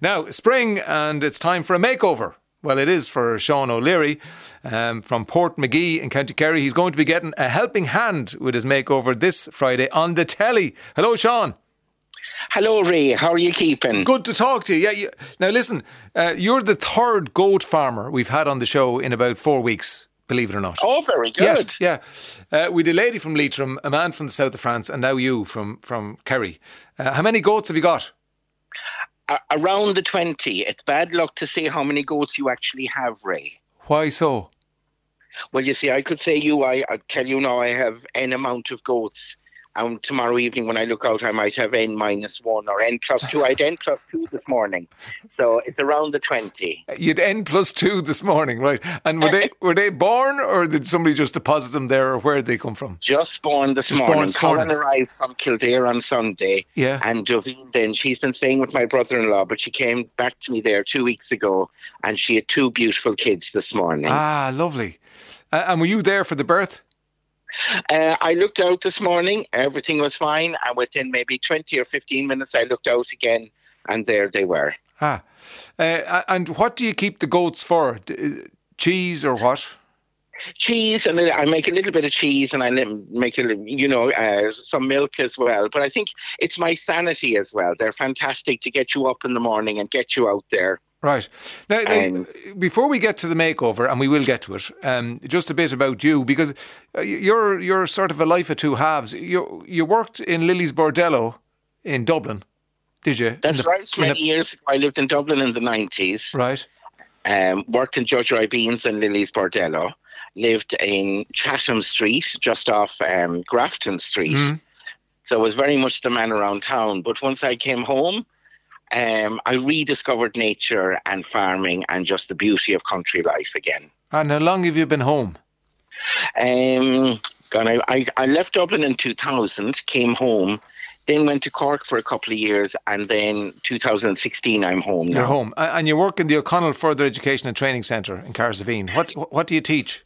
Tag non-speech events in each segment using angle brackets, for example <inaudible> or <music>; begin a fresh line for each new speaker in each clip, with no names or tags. Now, spring, and it's time for a makeover. Well, it is for Sean O'Leary um, from Port McGee in County Kerry. He's going to be getting a helping hand with his makeover this Friday on the telly. Hello, Sean.
Hello, Ray. How are you keeping?
Good to talk to you. Yeah. You, now, listen, uh, you're the third goat farmer we've had on the show in about four weeks. Believe it or not.
Oh, very good.
Yes, yeah. Uh, we had a lady from Leitrim, a man from the south of France, and now you from from Kerry. Uh, how many goats have you got?
A- around the 20. It's bad luck to say how many goats you actually have, Ray.
Why so?
Well, you see, I could say you, I, I tell you now, I have an amount of goats. And tomorrow evening, when I look out, I might have n minus one or n plus two. I had n plus two this morning, so it's around the twenty.
You'd n plus two this morning, right? And were they were they born, or did somebody just deposit them there, or where did they come from?
Just born this
Just born
morning.
this
Colin
morning.
arrived from Kildare on Sunday.
Yeah.
And Doveen then, she's been staying with my brother-in-law, but she came back to me there two weeks ago, and she had two beautiful kids this morning.
Ah, lovely. Uh, and were you there for the birth?
Uh, I looked out this morning, everything was fine, and within maybe 20 or 15 minutes, I looked out again, and there they were.
Ah, uh, and what do you keep the goats for? D- uh, cheese or what?
Cheese, and then I make a little bit of cheese, and I li- make a, li- you know, uh, some milk as well. But I think it's my sanity as well. They're fantastic to get you up in the morning and get you out there.
Right. Now, now,
And-
before we get to the makeover, and we will get to it, um, just a bit about you because uh, y- you're you're sort of a life of two halves. You you worked in Lily's Bordello in Dublin, did you?
That's
In the-
right.
in
Many years ago, I lived in Dublin in the 90s.
the- right.
um, worked in Judge Roy Beans and Lily's Bordello, lived in Chatham Street, just off um, Grafton Street. So it was very much the man around town. But once I came home, um, I rediscovered nature and farming and just the beauty of country life again.
And how long have you been home?
Um, God, I, I, I left Dublin in 2000, came home, then went to Cork for a couple of years, and then 2016 I'm home now.
You're home, A- and you work in the O'Connell Further Education and Training Centre in Carsavine. What what do you teach?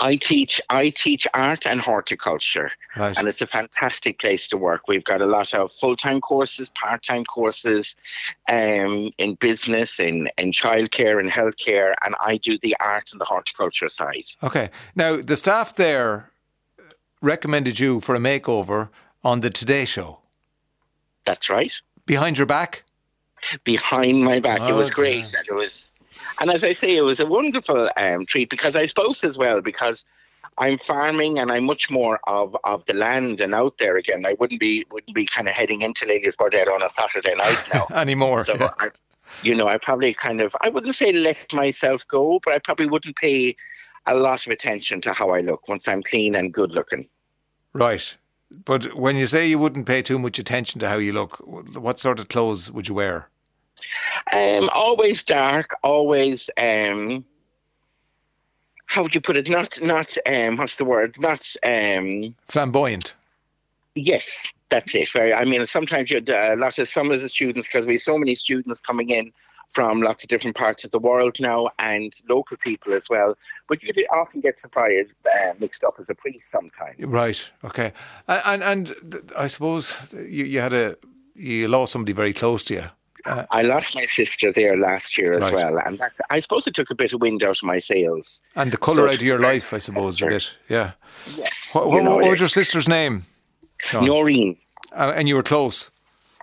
I teach I teach art and horticulture,
Right.
and it's a fantastic place to work. We've got a lot of full time courses, part time courses, um, in business, in in childcare, in healthcare, and I do the art and the horticulture side.
Okay. Now, the staff there uh, recommended you for a makeover on the Today Show.
That's right,
Behind your back?
behind my back. it was
Okay.
great, and it was, and as I say, it was a wonderful um, treat because I suppose as well because. I'm farming and I'm much more of, of the land and out there again. I wouldn't be wouldn't be kind of heading into Ladies Bordeaux on a Saturday night now.
Anymore.
Oh, <laughs> So, I, you know, I probably kind of, I wouldn't say let myself go, but I probably wouldn't pay a lot of attention to how I look once I'm clean and good looking.
<laughs> Right. But when you say you wouldn't pay too much attention to how you look, wh- what sort of clothes would you wear?
Um, always dark, always, um, how would you put it? Not, not, um, what's the word? Not, um,
Flamboyant.
yes, that's it. Very, I mean, sometimes you had uh, a lot of some of the students, because we have so many students coming in from lots of different parts of the world now and local people as well. But you do often get suppliers uh, mixed up as a priest sometimes.
Right. Okay. A- And and th- I suppose you, you had a you lost somebody very close to you.
I lost my sister there last year as
Right.
well, and that, I suppose it took a bit of wind out of my sails.
And the colour
So
out of your
it's very
life, I suppose, a bit.
Manchester.
Yeah.
Yes,
What,
you
what,
know,
what was
it-
your sister's name? Sean?
Noreen?
Uh, and you were close.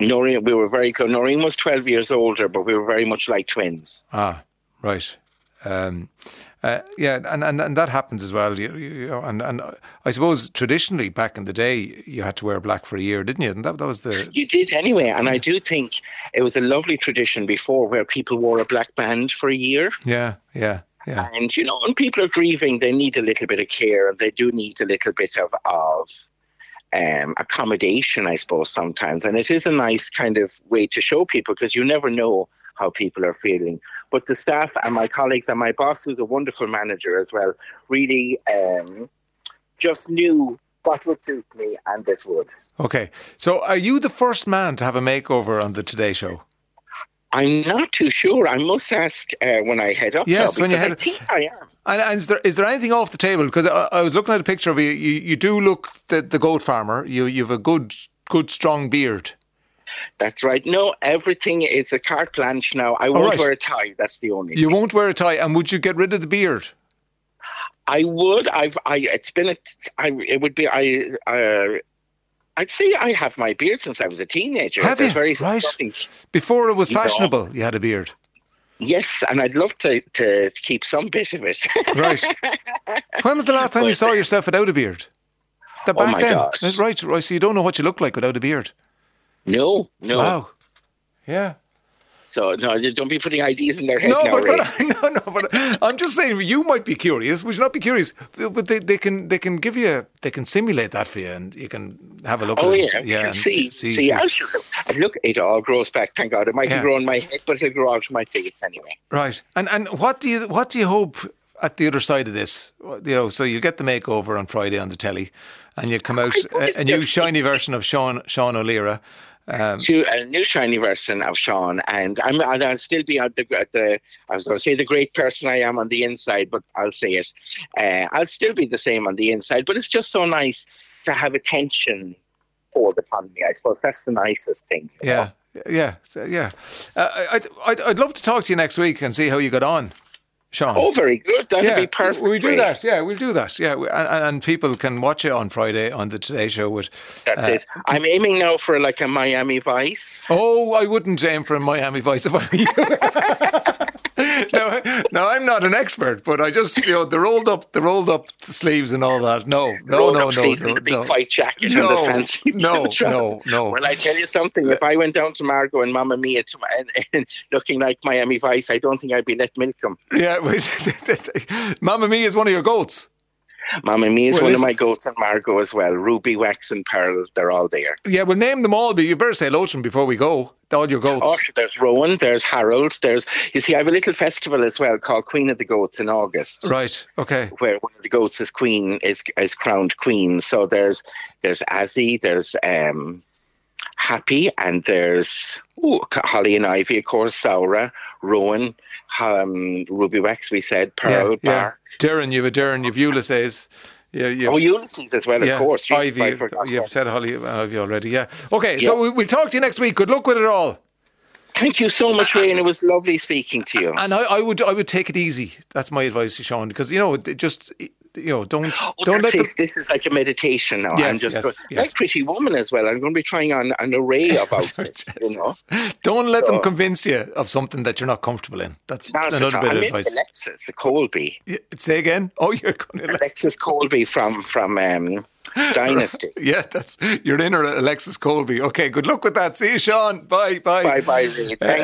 Noreen, we were very close. Noreen was twelve years older, but we were very much like twins.
Ah, right. Um, uh, yeah, and, and, and that happens as well. You, you, you- and and uh, I suppose traditionally back in the day, you had to wear black for a year, didn't you? And that, that was the
You did anyway, and I do think it was a lovely tradition before where people wore a black band for a year.
yeah, yeah, yeah.
And you know, when people are grieving, they need a little bit of care, and they do need a little bit of of um, accommodation, I suppose, sometimes. And it is a nice kind of way to show people because you never know how people are feeling. But the staff and my colleagues and my boss, who's a wonderful manager as well, really um, just knew what would suit me, and this would.
Okay, so are you the first man to have a makeover on the Today Show?
I'm not too sure. I must ask uh, when I head up.
Yes,
now,
when you
because
head-
I think I am.
And, and is there is there anything off the table? Because I, I was looking at a picture of you. You, you do look the, the goat farmer. You you've a good good strong beard.
That's right. No, everything is a carte blanche now. I won't
right.
wear a tie. That's the only.
You
thing.
won't wear a tie, and would you get rid of the beard?
I would. I've. I. It's been. A, I. It would be. I. Uh, I'd say I have my beard since I was a teenager.
Have
There's
you?
Very
Right.
nothing-
Before it was
You know.
fashionable, you had a beard.
Yes, and I'd love to, to keep some bit of it. <laughs>
Right. when was the last time you saw yourself without a beard? The
Oh
back
my
then.
gosh.
That's right, right. So you don't know what you look like without a beard.
no. No.
Wow. Yeah.
So no, don't be putting ideas in their head.
No,
now,
but,
Ray.
but <laughs> no, no, but I'm just saying you might be curious. Would you not be curious? But they, they can they can give you they can simulate that for you, and you can have a look.
Oh
at
yeah,
it and, s- yeah.
yeah
and
see, see, I'll show you. And look, it all grows back. Thank God. It might
Yeah.
grow on my head, but it'll grow out of my face anyway.
Right. And and what do you what do you hope at the other side of this? You know, so you get the makeover on Friday on the telly, and you come out
think
a,
it's
a new
just- Oh.
shiny version of Sean Sean O'Leary. Um,
To a new shiny version of Sean, and I'm, and I'll still be at the, at the. I was going to say the great person I am on the inside, but I'll say it. Uh, I'll still be the same on the inside, but it's just so nice to have attention poured upon me. I suppose that's the nicest thing. you know?
Yeah. Yeah, so, yeah. Uh, I- I'd, I'd, I'd love to talk to you next week and see how you got on, Sean.
Oh, very good. That'd
yeah,
be perfect.
We do
Ray.
that. Yeah, we'll do that. Yeah, we- and, and- and people can watch it on Friday on the Today Show. With
That's
Uh,
it. I'm aiming now for like a Miami Vice.
oh, I wouldn't aim for a Miami Vice if I were
<laughs>
you. no, no, I'm not an expert, but I just you know the rolled up, the rolled up sleeves and all that. No, no,
rolled
no,
up
no,
sleeves
no,
and the big
no.
white jacket and
No,
the <laughs> fancy
no,
blue trousers.
no, Uh, no.
Well, I tell you something. If I went down to Margot and Mamma Mia to, and, and <laughs> looking like Miami Vice, I don't think I'd be let milk 'em.
Yeah, <laughs> Mamma Mia is one of your goats.
Mamma Mia is
Well,
one of
listen-
my goats and Margot as well. Ruby, Wax, and Pearl, they're all there.
Yeah, well, name them all, but you better say hello to them before we go. All your goats.
Oh, there's Rowan, there's Harold, there's. You see, I have a little festival as well called Queen of the Goats in August.
Right. Okay.
where one of the goats is queen is is crowned queen. So there's there's Azzy, there's um, Happy, and there's ooh, C- Holly and Ivy, of course, Saura, Rowan, um, Ruby Wax. We said Pearl,
yeah, yeah.
Bar.
Darren, you've a Darren, you've Ulysses. Yeah, you've,
Oh, Ulysses as well,
yeah,
of course. You-
Ivy, uh,
I
you've,
forgot
you've
that.
said Holly Ivy already. Yeah. Okay, so we, we'll talk to you next week. Good luck with it all.
Thank you so much, Ray, and it was lovely speaking to you.
And I, I would I would take it easy. That's my advice to Sean because you know it just you know
<gasps>
don't
Oh,
don't let
that's
the,
it. This is like a meditation now. I'm
Yes,
just
yes,
going,
yes.
like Pretty Woman as well. I'm going to be trying on
<laughs>
an array of outfits. you know,
don't let them
So-
convince you of something that you're not comfortable in. That's
Now's the
another
time.
bit
I'm
of
in
advice.
Alexis, the Colby.
Yeah, Say again. <laughs> Oh, you're going to.
Alexis Colby from from um, Dynasty.
Yeah, that's your inner Alexis Colby. Okay, good luck with that. See you, Sean. Bye, bye,
Bye bye, Reed. Thank